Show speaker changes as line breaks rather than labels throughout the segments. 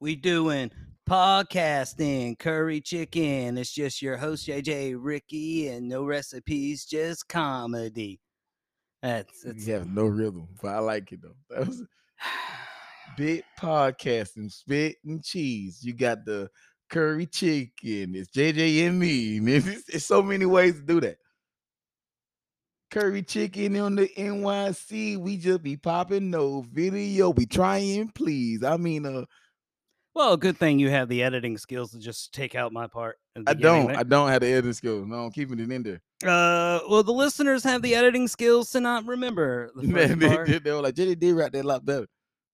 We doing podcasting, curry chicken. It's just your host JJ Ricky, and no recipes, just comedy. That's it's
You have no rhythm, but I like it though. That was bit podcasting, spit and cheese. You got the curry chicken. It's JJ and me. E, man. It's, it's so many ways to do that. Curry chicken on the NYC. We just be popping no video. We trying, please. I mean, uh,
well, good thing you have the editing skills to just take out my part. at the
I
beginning
don't, I
there.
don't have the editing skills. No, I'm keeping it in there.
Uh, well, the listeners have the editing skills to not remember the
Man,
first
they,
part.
they, they were like, JJ did rap that a lot better.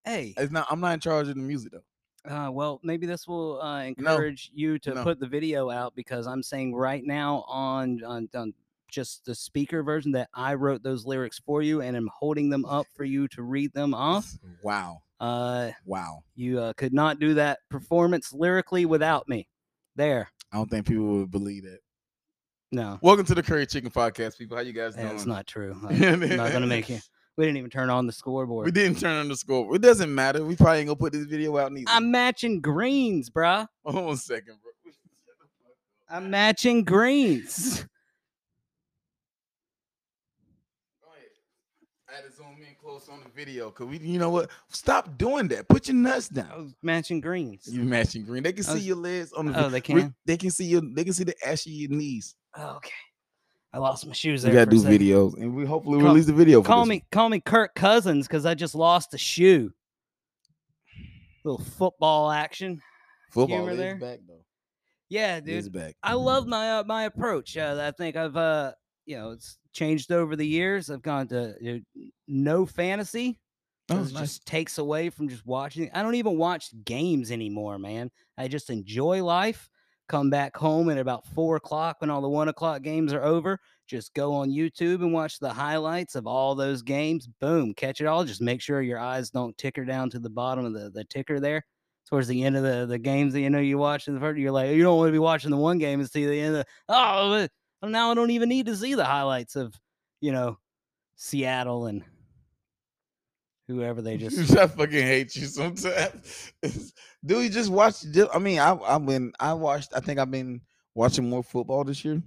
Hey,
It's not. I'm not in charge of the music though.
uh, well, maybe this will uh,
No.
encourage you to
No.
put the video out because I'm saying right now on on, on just the speaker version that I wrote those lyrics for you and am holding them up for you to read them off.
Wow,
Uh,
wow.
you uh, could not do that performance lyrically without me. There,
I don't think people would believe that.
no,
Welcome to the Curry Chicken Podcast, people. How you guys doing?
that's not true. I'm not gonna make it. We didn't even turn on the scoreboard.
We didn't turn on the score. It doesn't matter. We probably ain't gonna put this video out neither.
I'm matching greens, bruh.
Hold on a second, bro.
I'm matching greens.
Go ahead. I had to zoom in close on the video. Cause we you know what? Stop doing that. Put your nuts
I
down.
was matching greens.
You matching green. They can
I
see
was-
your legs on the
oh,
video.
they
Re-
can.
They can see your they can see the ash of your knees.
Oh, okay. I lost my shoes.
We
There
gotta
for a
do
second.
videos and we hopefully
Call-
release the video. For
Call
this
me, call me Kirk Cousins because I just lost a shoe. Little football action.
one. football
humor
is
there.
back though.
Yeah,
It's
dude.
back.
I love my uh, my approach. Uh, I think I've uh you know it's changed over the years. I've gone to you know, no fantasy.
Oh,
'cause it
nice.
just takes away from just watching. I don't even watch games anymore, man. I just enjoy life. Come back home at about four o'clock when all the one o'clock games are over. Just go on YouTube and watch the highlights of all those games. Boom, catch it all. Just make sure your eyes don't ticker down to the bottom of the, the ticker there. Towards the end of the, the games that you know you watch in the first, you're like, you don't want to be watching the one game and see the end of oh but now I don't even need to see the highlights of, you know, Seattle and whoever they just
I fucking hate you sometimes. Dude, you just watch. ju- I mean, I I've been I watched. I think I've been watching more football this year,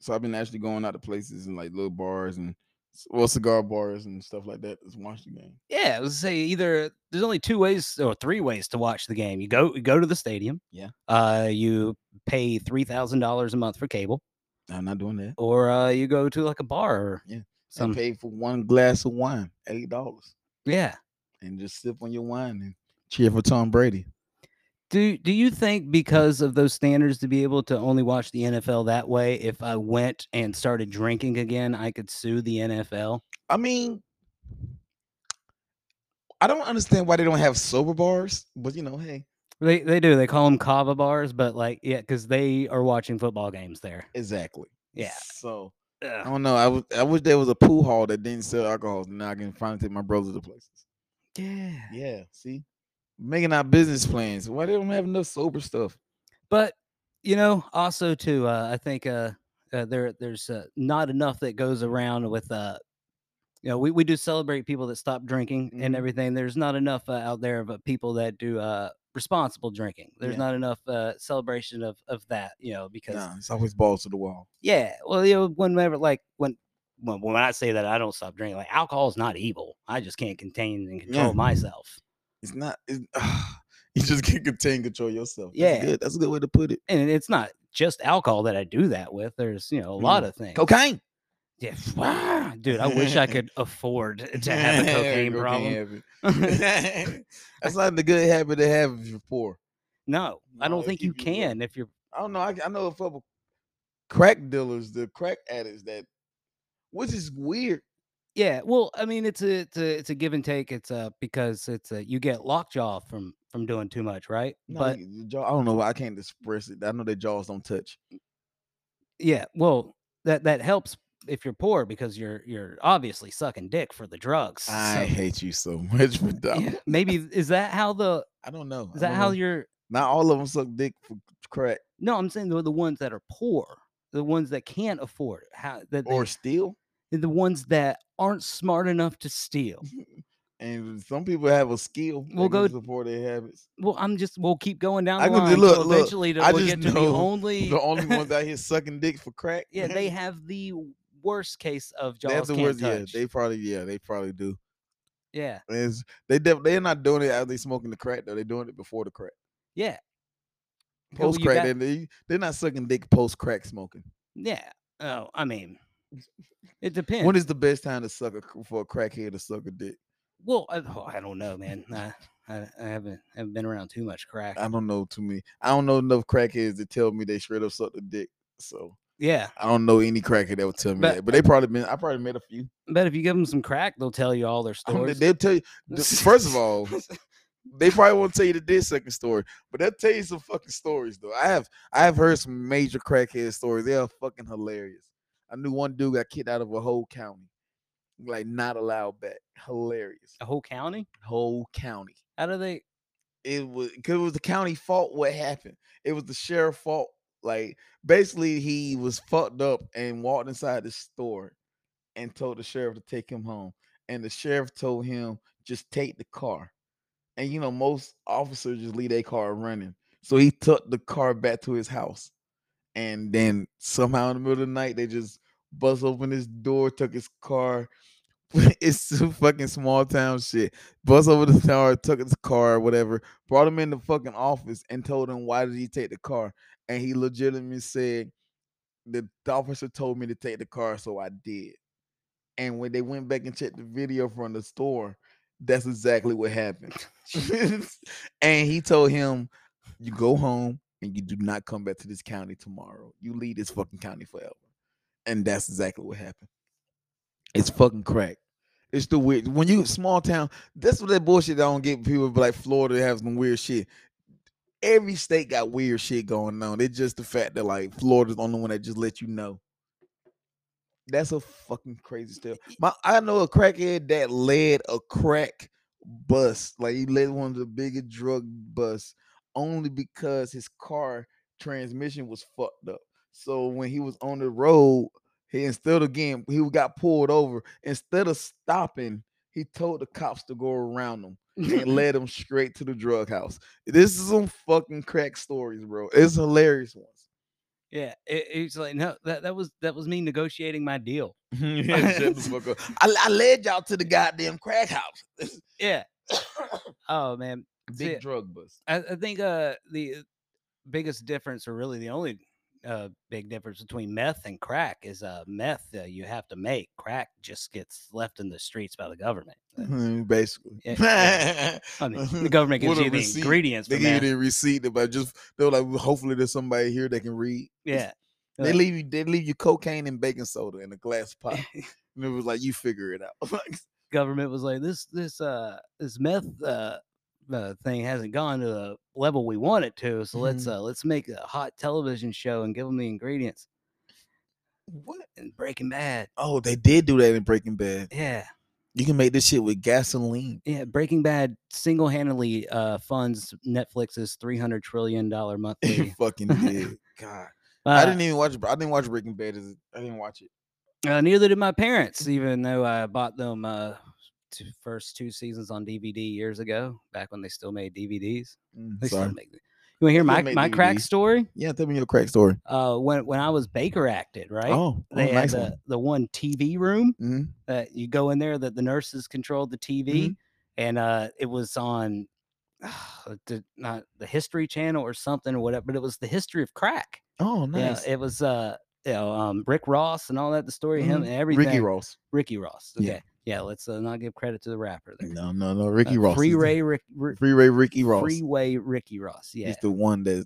so I've been actually going out to places and like little bars and c- well cigar bars and stuff like that. Just watch the game.
Yeah, I was say either there's only two ways or three ways to watch the game. You go you go to the stadium.
Yeah.
Uh, you pay three thousand dollars a month for cable,
I'm not doing that.
or uh, you go to like a bar. Or
Yeah,
Some
I paid for one glass of wine, eight dollars,
yeah.
and just sip on your wine and cheer for Tom Brady.
Do do you think because of those standards to be able to only watch the NFL that way, if I went and started drinking again, I could sue the NFL?
I mean, I don't understand why they don't have sober bars, but you know, hey,
They they do. They call them kava bars, but like yeah, because they are watching football games there.
exactly.
Yeah.
So I
Ugh.
don't know. I was I wish there was a pool hall that didn't sell alcohol. so Now I can finally take my brother to places.
Yeah.
Yeah. See, making our business plans. Why they don't have enough sober stuff?
but you know also too uh, i think uh, uh there there's uh, not enough that goes around with uh you know we, we do celebrate people that stop drinking and
Mhm.
everything there's not enough uh, out there of uh, people that do uh responsible drinking there's
Yeah.
not enough uh celebration of of that you know because
Nah, it's always balls to the wall.
yeah well you know whenever like when when, when i say that i don't stop drinking like alcohol is not evil i just can't contain and control myself
It's not. It's, you just can't contain control yourself. That's
Yeah.
good. That's a good way to put it.
and it's not just alcohol that i do that with there's you know a lot of things
Cocaine.
Yeah, wow, dude, I wish I could afford to have a cocaine problem.
habit. That's not the good habit to have if you're poor.
no, I
No,
don't
it'll
think you
keep you going.
can if you're.
I don't know. I, I know a couple crack dealers, the crack addicts that, which is weird.
Yeah, well, I mean, it's a it's a, it's a give and take. It's uh because it's a, you get lockjaw from from doing too much, right?
No,
but
you- your jaw, I don't know. I can't express it. I know their jaws don't touch.
yeah, well, that that helps if you're poor because you're you're obviously sucking dick for the drugs. so-
I hate you so much for that.
yeah,
one.
maybe is that how the
I don't know.
is that
I don't
how
know.
you're?
Not all of them suck dick for crack
No, I'm saying the the ones that are poor, the ones that can't afford it, how that they
or steal. Mm-hmm.
the ones that aren't smart enough to steal.
And some people have a skill.
We'll
that can
go-
support their habits.
Well, I'm just we'll keep going down the
I can
line.
just- look,
till
look,
eventually, to-
I
we'll
just
get to the
know
only
The only ones out here sucking dick for crack.
yeah, they have the worst case of
they have
jaws
the
can't
words. Yeah,
touch.
they probably. Yeah, they probably do.
yeah,
It's, they def- they're not doing it as they smoking the crack though. They're doing it before the crack.
yeah. Who
Post
you
crack,
got-
they, they they're not sucking dick post crack smoking.
yeah. Oh, I mean, it depends.
When is the best time to suck a, cr- for a crackhead to suck a dick?
well, I, oh, I don't know, man. I, I, I haven't haven't been around too much crack.
I don't know. To me, I don't know enough crackheads to tell me they straight up suck the dick. So
yeah,
I don't know any crackhead that would tell me
But-
that. But they probably been. I probably met a few.
but if you give them some crack, they'll tell you all their
I mean,
stories.
they'll tell you. the- First of all, they probably won't tell you the dick sucking story, but they'll tell you some fucking stories though. I have I have heard some major crackhead stories. They are fucking hilarious. I knew one dude got kicked out of a whole county, like not allowed back. Hilarious,
a whole county.
whole county.
How do they?
It was because it was the county fault. What happened? It was the sheriff fault. Like basically, he was fucked up and walked inside the store and told the sheriff to take him home. And the sheriff told him just take the car. And you know, most officers just leave their car running. So he took the car back to his house. And then somehow in the middle of the night, they just bust open his door, took his car. it's some fucking small town shit. Bust over the car, took his car, whatever, brought him in the fucking office and told him why did he take the car. And he legitimately said, The officer told me to take the car, so I did. And when they went back and checked the video from the store, that's exactly what happened. and he told him, You go home and you do not come back to this county tomorrow. You leave this fucking county forever. And that's exactly what happened. It's fucking crack. It's the weird when you small town. That's what that bullshit I don't get. People be like Florida have some weird shit. Every state got weird shit going on. It's just the fact that like Florida's the only one that just let you know. That's a fucking crazy stuff. My I know a crackhead that led a crack bus. Like he led one of the biggest drug busts only because his car transmission was fucked up. So when he was on the road, he instead of getting he got pulled over, instead of stopping, he told the cops to go around him and led him straight to the drug house. This is some fucking crack stories, bro. It's hilarious ones.
yeah, it, it's like no, that, that was that was me negotiating my deal.
Shut the fuck up. I, I led y'all to the goddamn crack house.
Yeah. oh man, See,
Big drug bust.
I, I think uh the biggest difference, or really the only uh big difference between meth and crack is uh meth uh, you have to make. Crack just gets left in the streets by the government. Uh,
Mhm, Basically.
Yeah, yeah. I mean, the government gives
With a
you the
receipt,
ingredients for
they give you
meth.
the receipt, but just they were like, "Well, hopefully there's somebody here that can read.
yeah,
They
Like-
leave you they leave you cocaine and baking soda in a glass pot. And it was like you figure it out. Like,
government was like this this uh this meth uh, uh thing hasn't gone to the level we want it to, so let's
Mhm.
uh let's make a hot television show and give them the ingredients.
what?
And Breaking Bad,
Oh, they did do that in Breaking Bad.
yeah.
You can make this shit with gasoline.
Yeah, Breaking Bad single-handedly uh, funds Netflix's three hundred trillion dollar
You
monthly.
fucking did. God.
Uh,
I didn't even watch I didn't watch Breaking Bad. as a- I didn't watch it.
uh, neither did my parents, even though I bought them uh, two, first two seasons on DVD years ago, back when they still made DVDs.
Mm,
They still
sorry.
make. th- You want to hear
still
my
make
my crack
DVDs.
story?
Yeah, tell me your crack story.
Uh, when when I was Baker acted, right?
Oh, oh,
they had
nice
the,
one.
the one TV room
hmm
that you go in there that the nurses controlled the
Mm-hmm.
TV, and uh, it was on the, not the History Channel or something or whatever, but it was the history of crack.
Oh,
Yeah,
nice.
it was uh, you know, um, Rick Ross and all that. The story of him
Mhm.
and everything.
Ricky Ross.
Ricky Ross.
Yeah.
Okay. Yeah. Let's uh, not give credit to the rapper there.
No, no, no.
Uh,
Ricky Ross.
Free
is the-
Ray. Rick, Rick,
Freeway Ricky Ross.
Freeway Ricky Ross. Yeah.
is the one that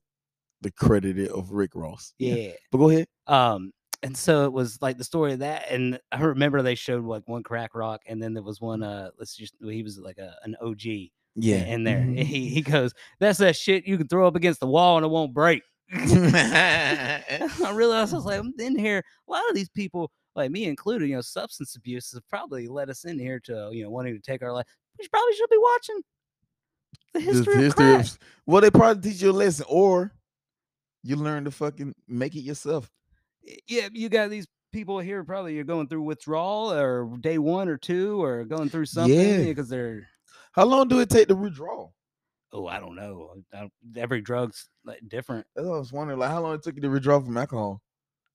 the credited of Rick Ross.
Yeah.
But go ahead.
Um, and so it was like the story of that, and I remember they showed like one crack rock, and then there was one. Uh, let's just he was like a, an OG i-
Mm. Yeah. mm-hmm.
in there. He he goes, "That's that shit you can throw up against the wall and it won't break." I realized I was like, I'm in here. A lot of these people, like me included, you know, substance abuse has probably led us in here to, you know, wanting to take our life. We should- probably should be watching the
Just
history,
the
of
history
crack.
of s- well, they probably teach you a lesson, or you learn to fucking make it yourself.
Y- Yeah, you got these people here probably are going through withdrawal or day one or two or going through something
Yeah.
because they're
How long do it take to withdraw?
oh I don't know I don't- every drug's like, different.
That's what I was wondering. Like, how long it took you to withdraw from alcohol?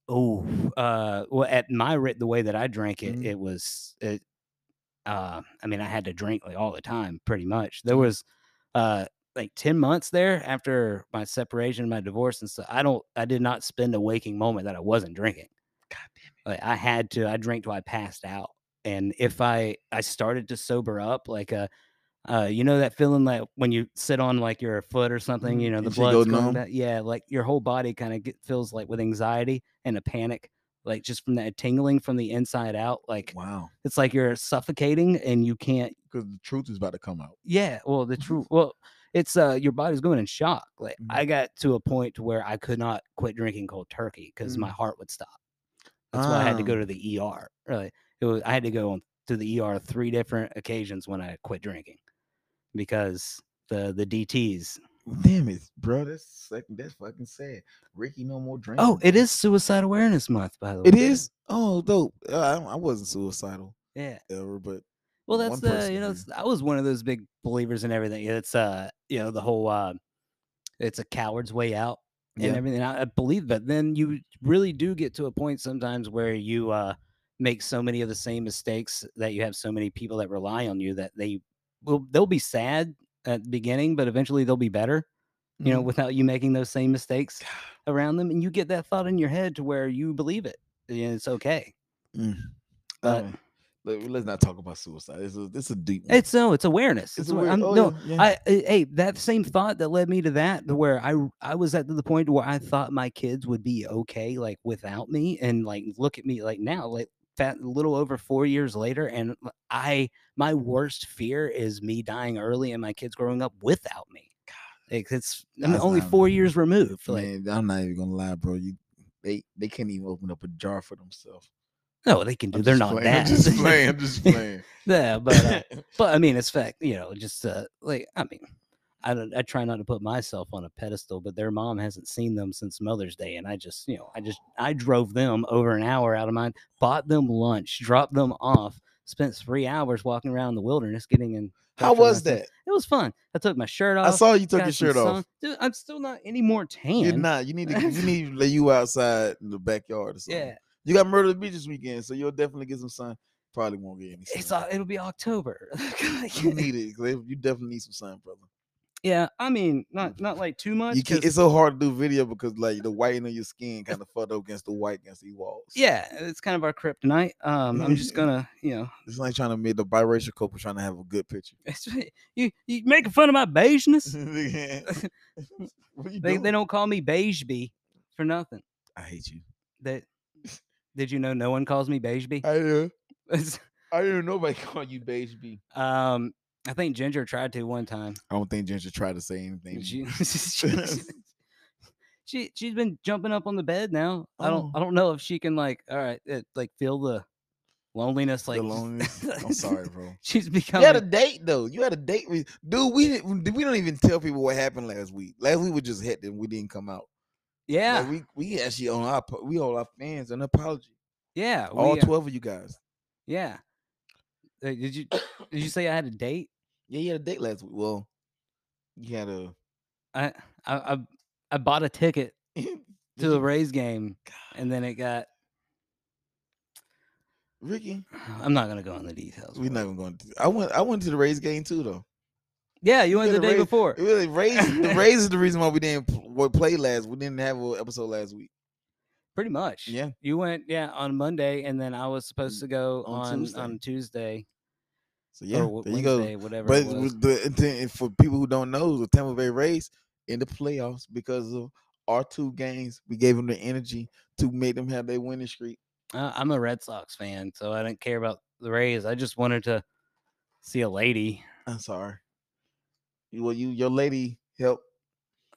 Oh, uh, well, at my rate, the way that I drank it,
Mhm.
it was, it, uh, I mean, I had to drink like all the time, pretty much. There was, uh, like 10 months there after my separation, my divorce and stuff. I don't, I did not spend a waking moment that I wasn't drinking.
God
Like I had to, I drank till I passed out. And if I, I started to sober up, like, uh, uh, you know that feeling like when you sit on like your foot or something,
Mhm.
you know
Your
the
shit go
blood's going
numb.
back. Yeah, like your whole body kind of feels like with anxiety and a panic, like just from that tingling from the inside out. Like
Wow.
it's like you're suffocating and you can't.
Because the truth is about to come out.
Yeah, well the true. Well, it's uh your body's going in shock. Like
Mhm.
I got to a point to where I could not quit drinking cold turkey because my
Mm.
heart would stop. That's why I had to go
Ah.
to the ER. Really, it was I had to go on to the ER three different occasions when I quit drinking because the the DTS.
Damn it, bro. That's sec- that's fucking sad. Ricky, no more drinking.
Oh, it
bro.
is Suicide Awareness Month, by the way.
It is. Oh, dope. Uh, I, don't- I wasn't suicidal
Yeah.
ever, but
Well, that's
One
the
person
you know
is.
that's- I was one of those big believers in everything. It's uh you know the whole uh it's a coward's way out and
yeah.
everything. I, I believe that. Then you really do get to a point sometimes where you uh make so many of the same mistakes that you have so many people that rely on you that they will they'll be sad at the beginning, but eventually they'll be better. you know,
Mhm.
without you making those same mistakes around them. And you get that thought in your head to where you believe it. And it's okay. mm. but-
Um, let, us not talk about suicide. It's a, it's a deep. one.
It's no, it's awareness. It's,
a
awa-
weird-
I'm-
oh,
no,
yeah, yeah.
I, I- hey, that same thought that led me to that, to where I, r- I was at the point where I thought my kids would be okay, like without me, and like look at me, like now, like fat, little over four years later, and l- I, my worst fear is me dying early and my kids growing up without me. Like it's I'm
That's
only
not-
four years removed. Like
Man, I'm not even gonna lie, bro. You they they can't even open up a jar for themselves.
no, they can do.
I'm
They're
just
not
playing,
that.
I'm just playing. I'm just playing.
yeah, but uh, But I mean, it's fact, you know, just uh, like I mean, I don't, I try not to put myself on a pedestal, but their mom hasn't seen them since Mother's Day, and I just, you know, I just, I drove them over an hour out of mine, bought them lunch, dropped them off, spent three hours walking around the wilderness, getting in.
How
touch with
was
myself.
that?
It was fun. I took my shirt off.
I saw you took
got
your
some
shirt
sun-
off.
Dude, I'm still not any more tan.
You're not. You need to. You need to lay you outside in the backyard or something.
Yeah,
You got murder beach this weekend, so you'll definitely get some sun. Probably won't get any. Sun.
it's uh, it'll be October.
you need it. 'cause You definitely need some sun, brother.
yeah, I mean, not not like too much.
You can't,
'cause-
it's so hard to do video because like the whitening of your skin kind of fought up against the white against the walls.
yeah, it's kind of our kryptonite. Um, I'm just gonna, you know,
It's like trying to make the biracial couple trying to have a good picture.
it's, you you making fun of my
Mm-hmm.
beigeness?
what are you
They,
doing?
they don't call me beige bee for nothing.
I hate you.
That did you know? No one calls me beige bee.
I uh,
It's-
I didn't know nobody call you beige B.
um, I think Ginger tried to one time.
I don't think Ginger tried to say anything.
She, she she's been jumping up on the bed now. I don't
Oh.
I don't know if she can like all right it, like feel the loneliness like
the
just-
loneliness. I'm sorry, bro.
She's
You
becoming
had a date though. You had a date with dude. We didn't. We don't even tell people what happened last week. Last week we just hit them. We didn't come out.
yeah
Like, we we actually on our po- we owe our fans an apology.
yeah
All
we, uh,
twelve of you guys.
yeah. Uh, did you did you say I had a date?
Yeah, you had a date last week. Well, you had a
I I I, I bought a ticket to the Rays game, and then it got.
Ricky.
I'm not gonna go into details.
We're
bro.
not even going to. I went. I went to the Rays game too, though.
yeah, you went
Yeah,
the
the
day
Rays-
before.
It really Rays. the Rays is the reason why we didn't pl- wa- play last. We didn't have an episode last week.
Pretty much.
Yeah. Mm,
You went yeah on Monday, and then I was supposed to go
on
on on Tuesday,
Tuesday. So yeah,
or
there
w-
you
Oh, Wednesday,
go.
whatever.
But
it was.
with the, and then for people who don't know, the Tampa Bay Rays in the playoffs because of our two games, we gave them the energy to make them have their winning streak.
I, I'm a Red Sox fan, so I didn't care about the Rays. I just wanted to see a lady.
I'm sorry. You- Well, you your lady helped.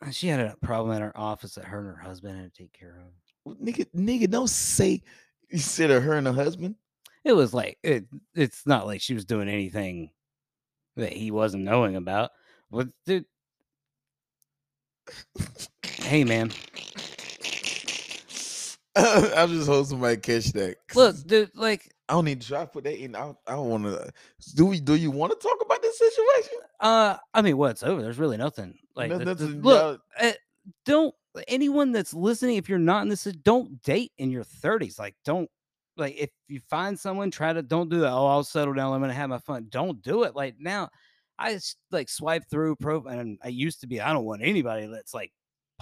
Uh, She had a problem at her office that her and her husband had to take care of.
Nigga, nigga, don't say you said of her and her husband.
it was like it, it's not like she was doing anything that he wasn't knowing about. But dude, hey man,
I just hope somebody catch that. 'cause
Look, dude, like
I don't need to try to put that in. I, I don't want to. Do we? Do you want to talk about this situation?
uh I mean, what's over? There's really nothing. Like
No-
th- th-
nothing,
look,
y'all-
don't anyone that's listening if you're not in this don't date in your 30s like don't like if you find someone try to don't do that oh i'll settle down i'm gonna have my fun don't do it like now i s- like swipe through pro and i used to be i don't want anybody that's like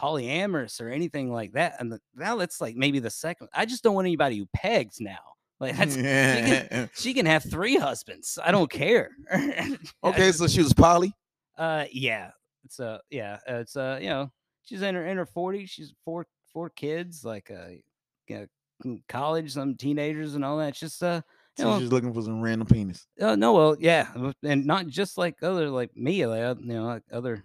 polyamorous or anything like that and the, now that's like maybe the second i just don't want anybody who pegs now like that's
Mm.
she can have three husbands i don't care
okay, so she was poly.
uh, yeah. It's uh, yeah. uh, It's uh, you know, she's in her in her forties. She's four four kids, like uh, you know, mm, college, some teenagers and all that. It's just uh, you
So
know,
she's looking for some random penis.
uh, no, well, yeah, uh, and not just like other like me, like uh, you know, like other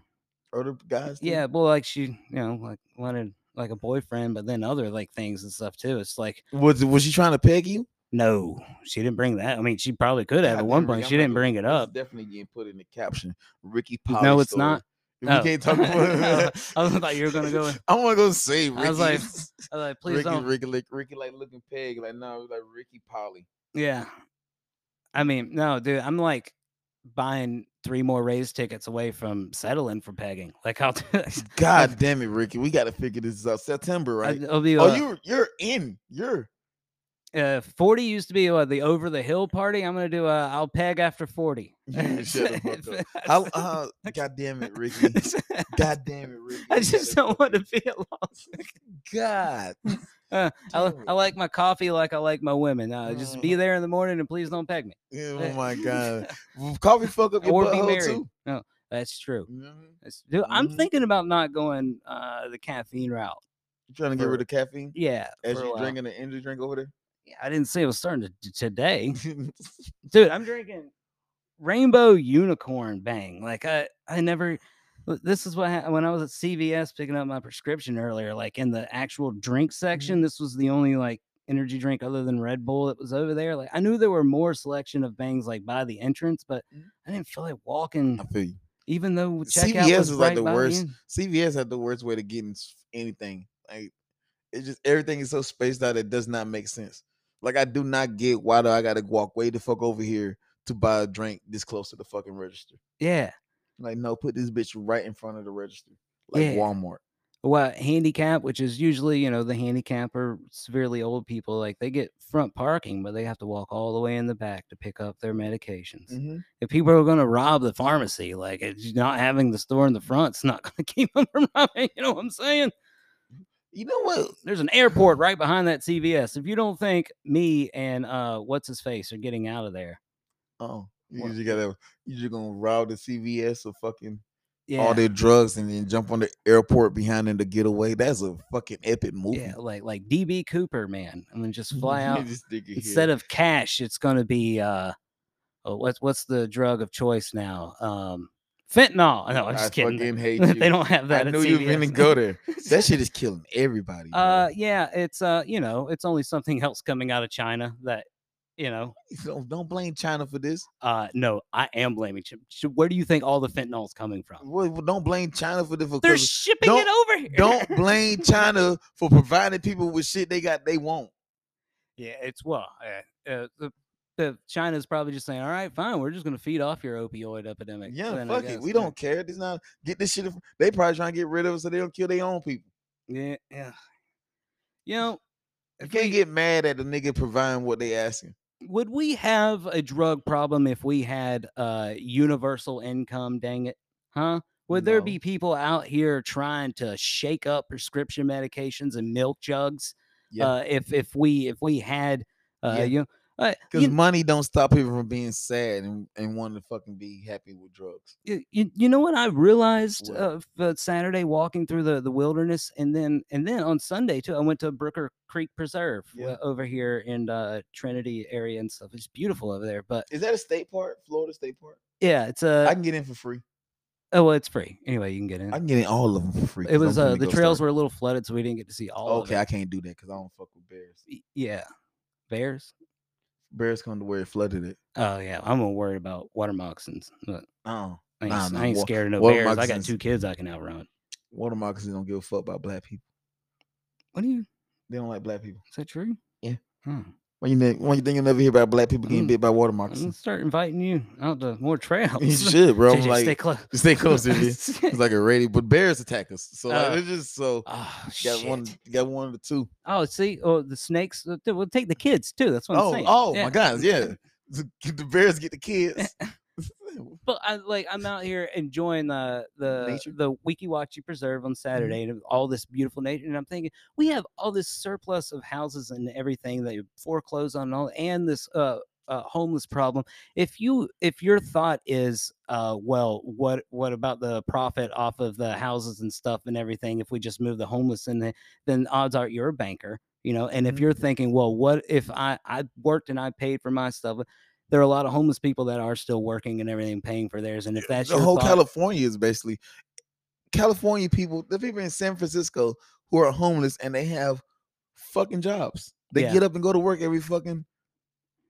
Other guys. too?
yeah, well, like she, you know, like wanted like a boyfriend, but then other like things and stuff too. It's like
Was was she trying to peg you?
no, she didn't bring that. I mean, she probably could have at
God
one
damn, Ricky,
point.
I'm
She
not
didn't
gonna-
bring it
this is
up.
Definitely getting put in the caption. Ricky Polly.
No, it's
story.
not.
If
Oh.
We can't talk about.
No, I thought you were gonna go in-
I want to go say. Ricky.
I was like, I was like, please
Ricky,
don't.
Ricky, like Ricky, like looking peg, like no, like Ricky Polly.
Yeah. I mean, no, dude, I'm like buying three more raise tickets away from settling for pegging. Like how
God damn it, Ricky, we got to figure this out. September, right?
I'll be
oh,
uh,
you're you're in. You're
uh, 40 used to be uh, the over the hill party. I'm going to do uh, I'll peg after 40.
You shut the fuck up. how? Uh, God damn it, Ricky. God damn it, Ricky.
I
you
just
gotta
don't want to
fucking-
be a loss.
God.
Uh, I, li-
damn it.
I like my coffee like I like my women. Uh, just
Mm-hmm.
be there in the morning and please don't peg me.
Oh my God. Well, Coffee fuck up your
or be
butthole,
married.
too.
No, that's true.
Mhm.
That's, dude, I'm
Mhm.
thinking about not going uh, the caffeine route.
You trying to get rid of caffeine
Yeah.
as
for a
you
while.
drinking the energy drink over there?
Yeah, I didn't say it was starting to, today, dude. I'm drinking Rainbow Unicorn Bang. Like I, I never. l- This is what happened when I was at CVS picking up my prescription earlier. Like in the actual drink
Mm-hmm.
section, this was the only like energy drink other than Red Bull that was over there. Like I knew there were more selection of bangs like by the entrance, but
Mhm.
I didn't feel like walking.
I feel you.
Even though checkout
CVS
was
is like
right
the
by
worst.
end.
CVS had the worst way to get anything. Like it's just everything is so spaced out it does not make sense. Like I do not get why do I gotta walk way the fuck over here to buy a drink this close to the fucking register.
Yeah.
Like, no, put this bitch right in front of the register. Like
Yeah.
Walmart.
well handicap which is usually you know the handicap or severely old people like they get front parking but they have to walk all the way in the back to pick up their medications
Mm.
if people are going to rob the pharmacy like it's not having the store in the front's not going to keep them from robbing you know what i'm saying
You know what?
there's an airport right behind that cvs if you don't think me and uh what's his face are getting out of there
Oh, you
What?
just gotta you just gonna rob the CVS or fucking
yeah
all their drugs and then jump on the airport behind them to get away. That's a fucking epic movie.
yeah like like db cooper man i'm gonna just fly out
Instead
instead of cash, it's going to be uh, oh, what's what's the drug of choice now? Um, fentanyl. No, I'm just kidding.
fucking
They-
hate you.
they don't have that.
I
at
knew you were gonna
CVS.
go there. That shit is killing everybody. bro.
Uh, yeah, it's uh, you know, it's only something else coming out of China that, you know,
don't, don't blame China for this.
uh, no, I am blaming. Chi- Ch- Where do you think all the fentanyl's coming from?
Well, well, don't blame China for this. for
They're
cause
shipping it over here.
don't blame China for providing people with shit they got they want.
Yeah, it's well, uh, uh, the, the China's probably just saying, all right, fine, we're just going to feed off your opioid epidemic.
Yeah,
then, I
fuck it.
guess."
We
Yeah.
don't care. This not get this shit. They probably trying to get rid of us so they don't kill their own people.
Yeah, yeah. You know,
You
if
can't
we-
get mad at the nigga providing what they asking.
would we have a drug problem if we had uh universal income? Dang it, huh? Would there
No.
be people out here trying to shake up prescription medications and milk jugs?
Yeah.
Uh, if if we if we had uh,
Yeah.
you know, uh,
Because
you,
money don't stop people from being sad and, and wanting to fucking be happy with drugs.
you, you you know what I realized
What?
uh, f- uh, Saturday walking through the, the wilderness, and then and then on Sunday too, I went to Brooker Creek Preserve
Yeah.
uh, over here in uh, Trinity area and stuff. It's beautiful over there, but
Is that a state park? Florida state park?
yeah, it's a
I can get in for free.
oh well, it's free anyway. You can get in.
I can get in all of them for free.
it was uh, the trails were a little flooded, so we didn't get to see all.
okay.
Of
I
it.
can't do that because I don't fuck with bears.
Y- Yeah, bears.
Bears come to where it flooded it.
Oh yeah, I'm gonna worry about water moccasins. Look,
Oh,
I ain't,
Nah,
s-
nah,
I ain't
wa-
scared of no
water
bears. I got
moccasins-
two kids I can outrun.
water moccasins don't give a fuck about black people.
What do you?
They don't like black people.
Is that true?
Yeah.
Hmm.
Why you, ne- why you think you never hear about black people getting
Mm.
bit by water
I'm
moccasins?
gonna start inviting you out to more
You
trails.
should, bro. I'm
JJ,
like,
stay
stay,
close.
close to me. It's like a radio, but bears attack us. So like,
Oh.
it's just so
oh
you got
shit!
one, you got one of the two.
Oh, see, oh the snakes. uh, th- We'll take the kids too. That's what I'm
Oh,
saying.
oh
Yeah.
my God, yeah. The the bears get the kids.
But I like I'm out here enjoying the the
Nature.
the Wikiwachi Preserve on Saturday and all this beautiful nature. And I'm thinking we have all this surplus of houses and everything that you foreclose on and all, and this uh, uh homeless problem. If you if your thought is uh well what what about the profit off of the houses and stuff and everything if we just move the homeless in there then odds are you're a banker you know and if
Mhm.
you're thinking well what if i i worked and i paid for my stuff there are a lot of homeless people that are still working and everything paying for theirs and if that's
the
your
whole
thought-
California is basically California people, the people in San Francisco who are homeless and they have fucking jobs. They
Yeah.
get up and go to work every fucking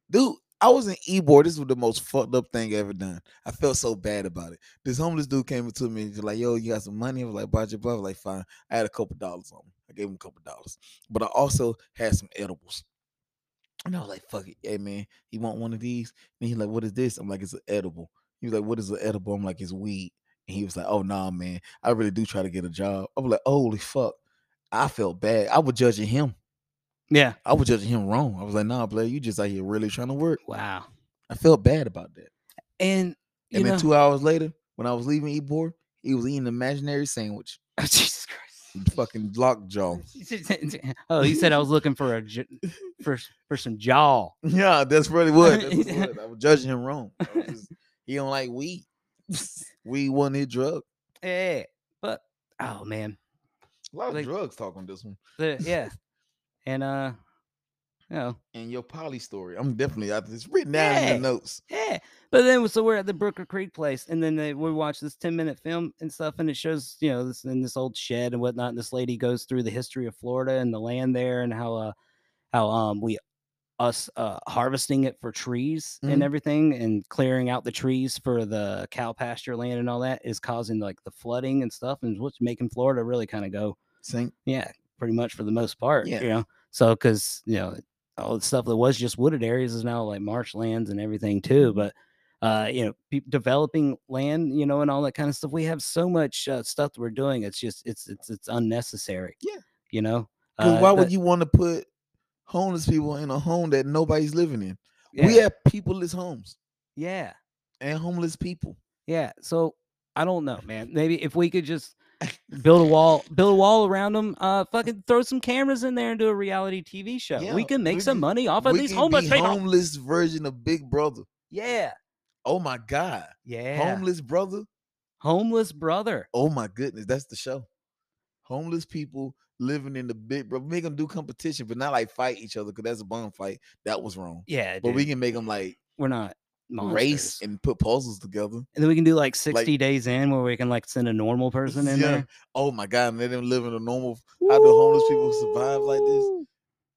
dude. I was in Ebor. This was the most fucked up thing I ever done. I felt so bad about it. This homeless dude came up to me and was like, "Yo, you got some money?" I was like, "Bought your butt." Like, fine. I had a couple dollars on me. I gave him a couple dollars, but I also had some edibles. And I was like, "Fuck it, hey man, you want one of these?" And he's like, "What is this?" I'm like, "It's an edible." He was like, "What is an edible?" I'm like, "It's weed." And he was like, "Oh nah, man, I really do try to get a job." I was like, "Holy fuck!" I felt bad. I was judging him.
yeah
I was judging him wrong. I was like, "Nah, Blair, you just out here really trying to work."
wow
I felt bad about that.
and you
And then
know,
two hours later, when I was leaving Ebor, he was eating an imaginary sandwich,
jesus christ
fucking lockjaw.
oh he said i was looking for a j- for for some jaw
Yeah, that's really what. That's what it was. I was judging him wrong. I was just- he don't like weed. weed wasn't his drug.
yeah but oh man
A lot of
Like-
drugs talk on this one.
The, yeah. And uh you know,
And your poly story, I'm definitely. I, it's written down in
Yeah.
the notes.
yeah. But then so we're at the Brooker Creek place and then they, we watch this 10 minute film and stuff and it shows, you know, this in this old shed and whatnot. And this lady goes through the history of Florida and the land there and how uh how um we us uh harvesting it for trees and
Mhm.
everything and clearing out the trees for the cow pasture land and all that is causing like the flooding and stuff and what's making Florida really kind of go
Saying,
Yeah, pretty much for the most part.
Yeah.
You know, so because you know all the stuff that was just wooded areas is now like marshlands and everything too.
Mm-hmm.
But uh, you know, pe- developing land, you know, and all that kind of stuff. We have so much uh, stuff that we're doing. It's just it's it's it's unnecessary.
Yeah.
You know. Uh,
Because why would you want to put homeless people in a home that nobody's living in?
Yeah,
We have peopleless homes
yeah.
and homeless people.
Yeah. So I don't know, man. Maybe if we could just build a wall, build a wall around them. Uh, fucking throw some cameras in there and do a reality TV show.
Yeah,
we can make
we
some
can-
money off of
we
these
can
homeless
be
people.
homeless version of Big Brother.
yeah.
Oh my God.
Yeah.
Homeless Brother.
Homeless brother.
Oh my goodness. That's the show. Homeless people living in the Big Brother. Make them do competition, but not like fight each other because that's a bum fight. That was wrong.
Yeah,
But we
dude,
can make them like
we're not monsters.
race
and,
and put puzzles together.
then we can do like sixty days in where we can like send a normal person in
Yeah.
there.
Oh my God. And let them live in a normal. How do homeless people survive like this?
Woo!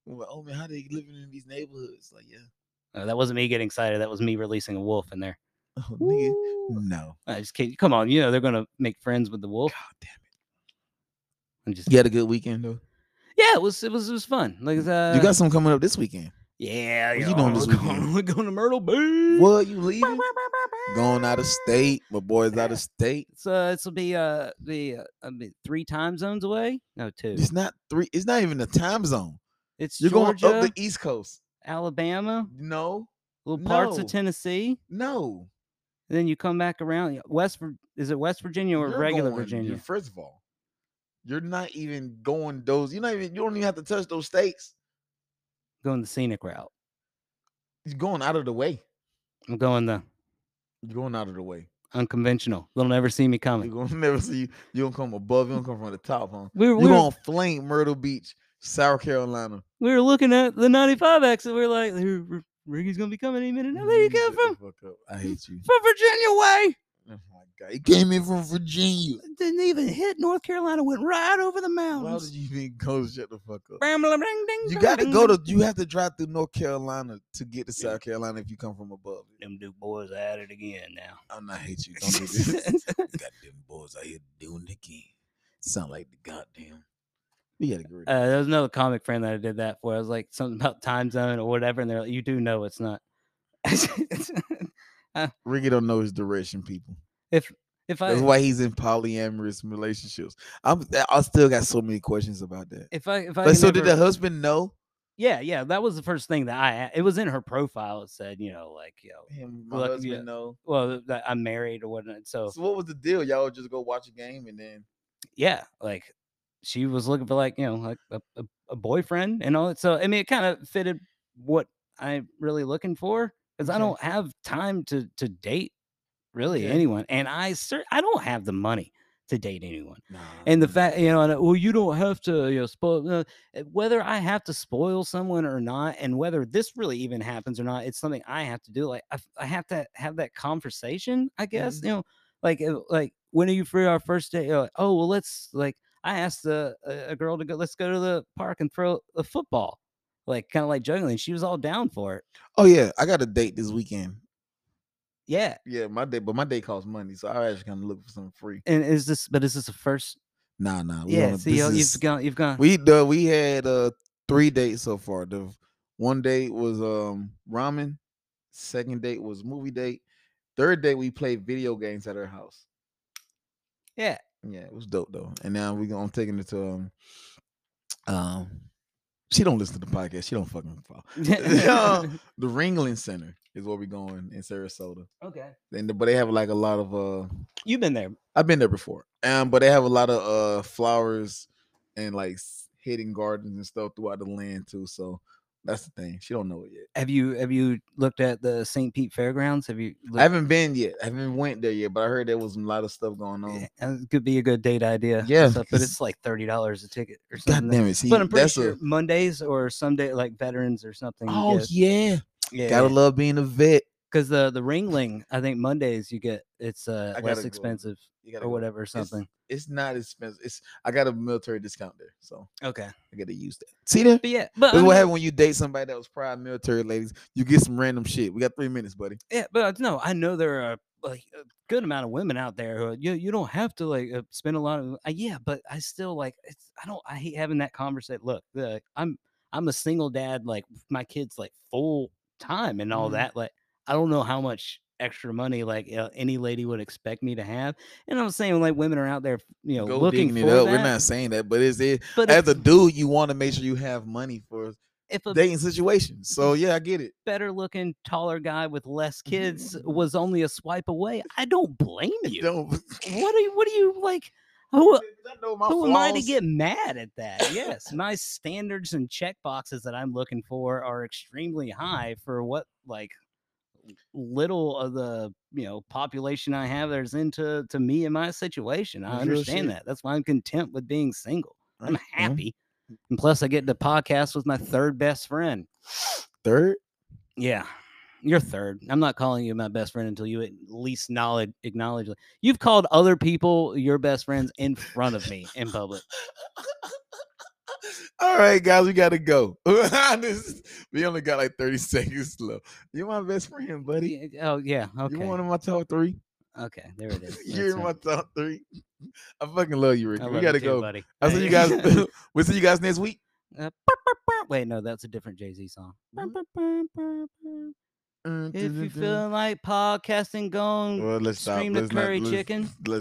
I'm like, oh man, how they living in these neighborhoods? Like, yeah.
Oh, that wasn't me getting excited. That was me releasing a wolf in there.
Oh, nigga.
Woo!
No.
I just kidding. Come on, you know they're gonna make friends with the wolf.
God damn it.
I'm just
You had a good weekend though.
yeah, it was it was it was fun. Like uh,
you got some coming up this weekend.
yeah,
what you
yo,
doing this
we're
weekend?
going, we're going to Myrtle Beach.
What you leaving? Going out of state. My boy's out
Yeah.
of state.
It's uh, it's will be uh, be uh, I mean, three time zones away. No, two.
It's not three. It's not even a time zone.
It's
You're
Georgia,
going up the East Coast.
Alabama,
No,
little parts
No.
of Tennessee.
no.
and then you come back around. yeah, West Vir- is it West Virginia or
You're
regular
going- you're-
Virginia?
First of all, you're not even going those. You're not even. You don't even have to touch those states.
Going the scenic route.
You're going out of the way.
I'm going the
You're going out of the way.
unconventional. They'll never see me
You're
coming.
gonna never see. You You don't come above. You don't come from the top, huh?
We were, we,
You're
were,
gonna flame Myrtle Beach, South Carolina.
we were looking at the 95 exit. We were like, "Here, R- Ricky's gonna be coming any minute. Now, where you
Man,
come
shut
from?
the fuck up. I hate you.
From Virginia way.
Oh my god, he came in from Virginia.
Didn't even hit North Carolina. Went right over the
Why did
mountains.
you even go shut the fuck up?
Bram-a-lam-ding,
You
ding,
got to
ding,
go
ding.
to. You have to drive through North Carolina to get to
Yeah.
South Carolina if you come from above.
them Duke boys at it again now.
I'm not hate you. Don't do this. Goddamn boys out here doing it again. Sound like the goddamn You gotta agree.
Uh, there was another comic friend that I did that for. I was like something about time zone or whatever, and they're like, "You do know it's not."
Ricky don't know his direction, people.
if
That's
I
why he's in polyamorous relationships. I'm I still got so many questions about that.
if I if I
But
can
so did
ever-
the husband know?
yeah yeah that was the first thing that I a- it was in her profile. It said you know like you know
Him,
Look, yeah.
know.
well that I'm married or whatnot. So
So what was the deal? Y'all would just go watch a game and then
yeah, like she was looking for like you know like a, a, a boyfriend and all that. So I mean, it kind of fitted what I'm really looking for because I
Okay.
don't have time to to date really
Okay.
anyone, and I cer- I don't have the money to date anyone.
nah,
And the fact you know, and, well, you don't have to you know spoil uh, uh, whether I have to spoil someone or not, and whether this really even happens or not. It's something I have to do. Like I, f- I have to have that conversation. I guess
Mhm.
you know, like uh, like when are you free? Our first day? You're like, oh well, let's like I asked the a, a girl to go. Let's go to the park and throw a football, like kind of like juggling. She was all down for it.
Oh yeah, I got a date this weekend.
Yeah.
Yeah, my date, but my date costs money, so I actually kind of look for something free.
And is this? But is this the first?
Nah, nah.
yeah.
wanna-
See,
this
y'all,
is-
you've gone. You've gone.
we the we had uh three dates so far. The one date was um ramen, second date was movie date, third date we played video games at her house.
yeah.
Yeah, it was dope though. And now we gonna I'm taking it to um um she don't listen to the podcast. She don't fucking follow. The Ringling Center is where we going in Sarasota.
okay.
And the, but they have like a lot of uh
You've been there.
I've been there before. Um, but they have a lot of uh flowers and like s- hidden gardens and stuff throughout the land too. So that's the thing. She don't know it yet.
Have you have you looked at the St. Pete Fairgrounds? Have you?
I haven't been yet. I haven't went there yet, but I heard there was a lot of stuff going on.
uh, It could be a good date idea. and
Yeah,
stuff, but
'cause-
it's like thirty dollars a ticket or something.
God damn it! See,
but I'm pretty
that's
sure
a
Mondays or someday like veterans or something. you
oh
get-
yeah.
yeah,
Gotta love being a vet.
because the the ringling I think Mondays you get it's uh,
I gotta
less
go.
expensive
You gotta
or
go.
whatever or
It's-
something.
It's, not expensive. It's I got a military discount there, so
Okay,
I gotta use that. See that?
but yeah, but
That's
I
what
mean-
happened when you date somebody that was prior military, ladies. You get some random shit. We got three minutes, buddy.
Yeah, but no, I know there are like a good amount of women out there who are, you you don't have to like uh, spend a lot of uh, yeah, but I still like it's I don't I hate having that conversation. Look, the, I'm I'm a single dad, like my kids like full time and all
Mhm.
that. Like I don't know how much extra money like uh, any lady would expect me to have. And I'm saying like women are out there, you know,
Go
looking
digging
for
it up.
that.
We're not saying that, but it's it.
but if,
As a dude, you want to make sure you have money for
if a
dating situations. So
Mm-hmm.
yeah, I get it.
better looking, taller guy with less
Mm-hmm.
kids was only a swipe away, I don't blame you.
Don't,
what are you what are you like who,
I know my
who am i to
flaws.
get mad at that yes my standards and check boxes that i'm looking for are extremely
Mm-hmm.
high for what like little of the you know population i have that's into to me and my situation i
That's real shit.
understand that that's why i'm content with being single i'm
Right, yeah. Mm.
happy and plus i get to podcast with my third best friend
Third,
yeah. You're third. I'm not calling you my best friend until you at least knowledge acknowledge. it. You've called other people your best friends in front of me in public.
All right, guys, we gotta go. This is- we only got like 30 seconds left. You're my best friend, buddy.
Y- Oh yeah. Okay.
You're one of my top three.
okay. There it is. That's
You're in my
right.
top three. I fucking love you, Ricky.
I
We
love you
gotta
too,
go.
buddy.
I'll see you guys. we'll see you guys next week.
Uh, burp, burp, burp. Wait, no, that's a different Jay Z song. Burp, burp, burp, burp, burp. If you feeling like podcasting, going
well, let's stop.
stream the
Let's not-
curry
let's-
chicken.
let's-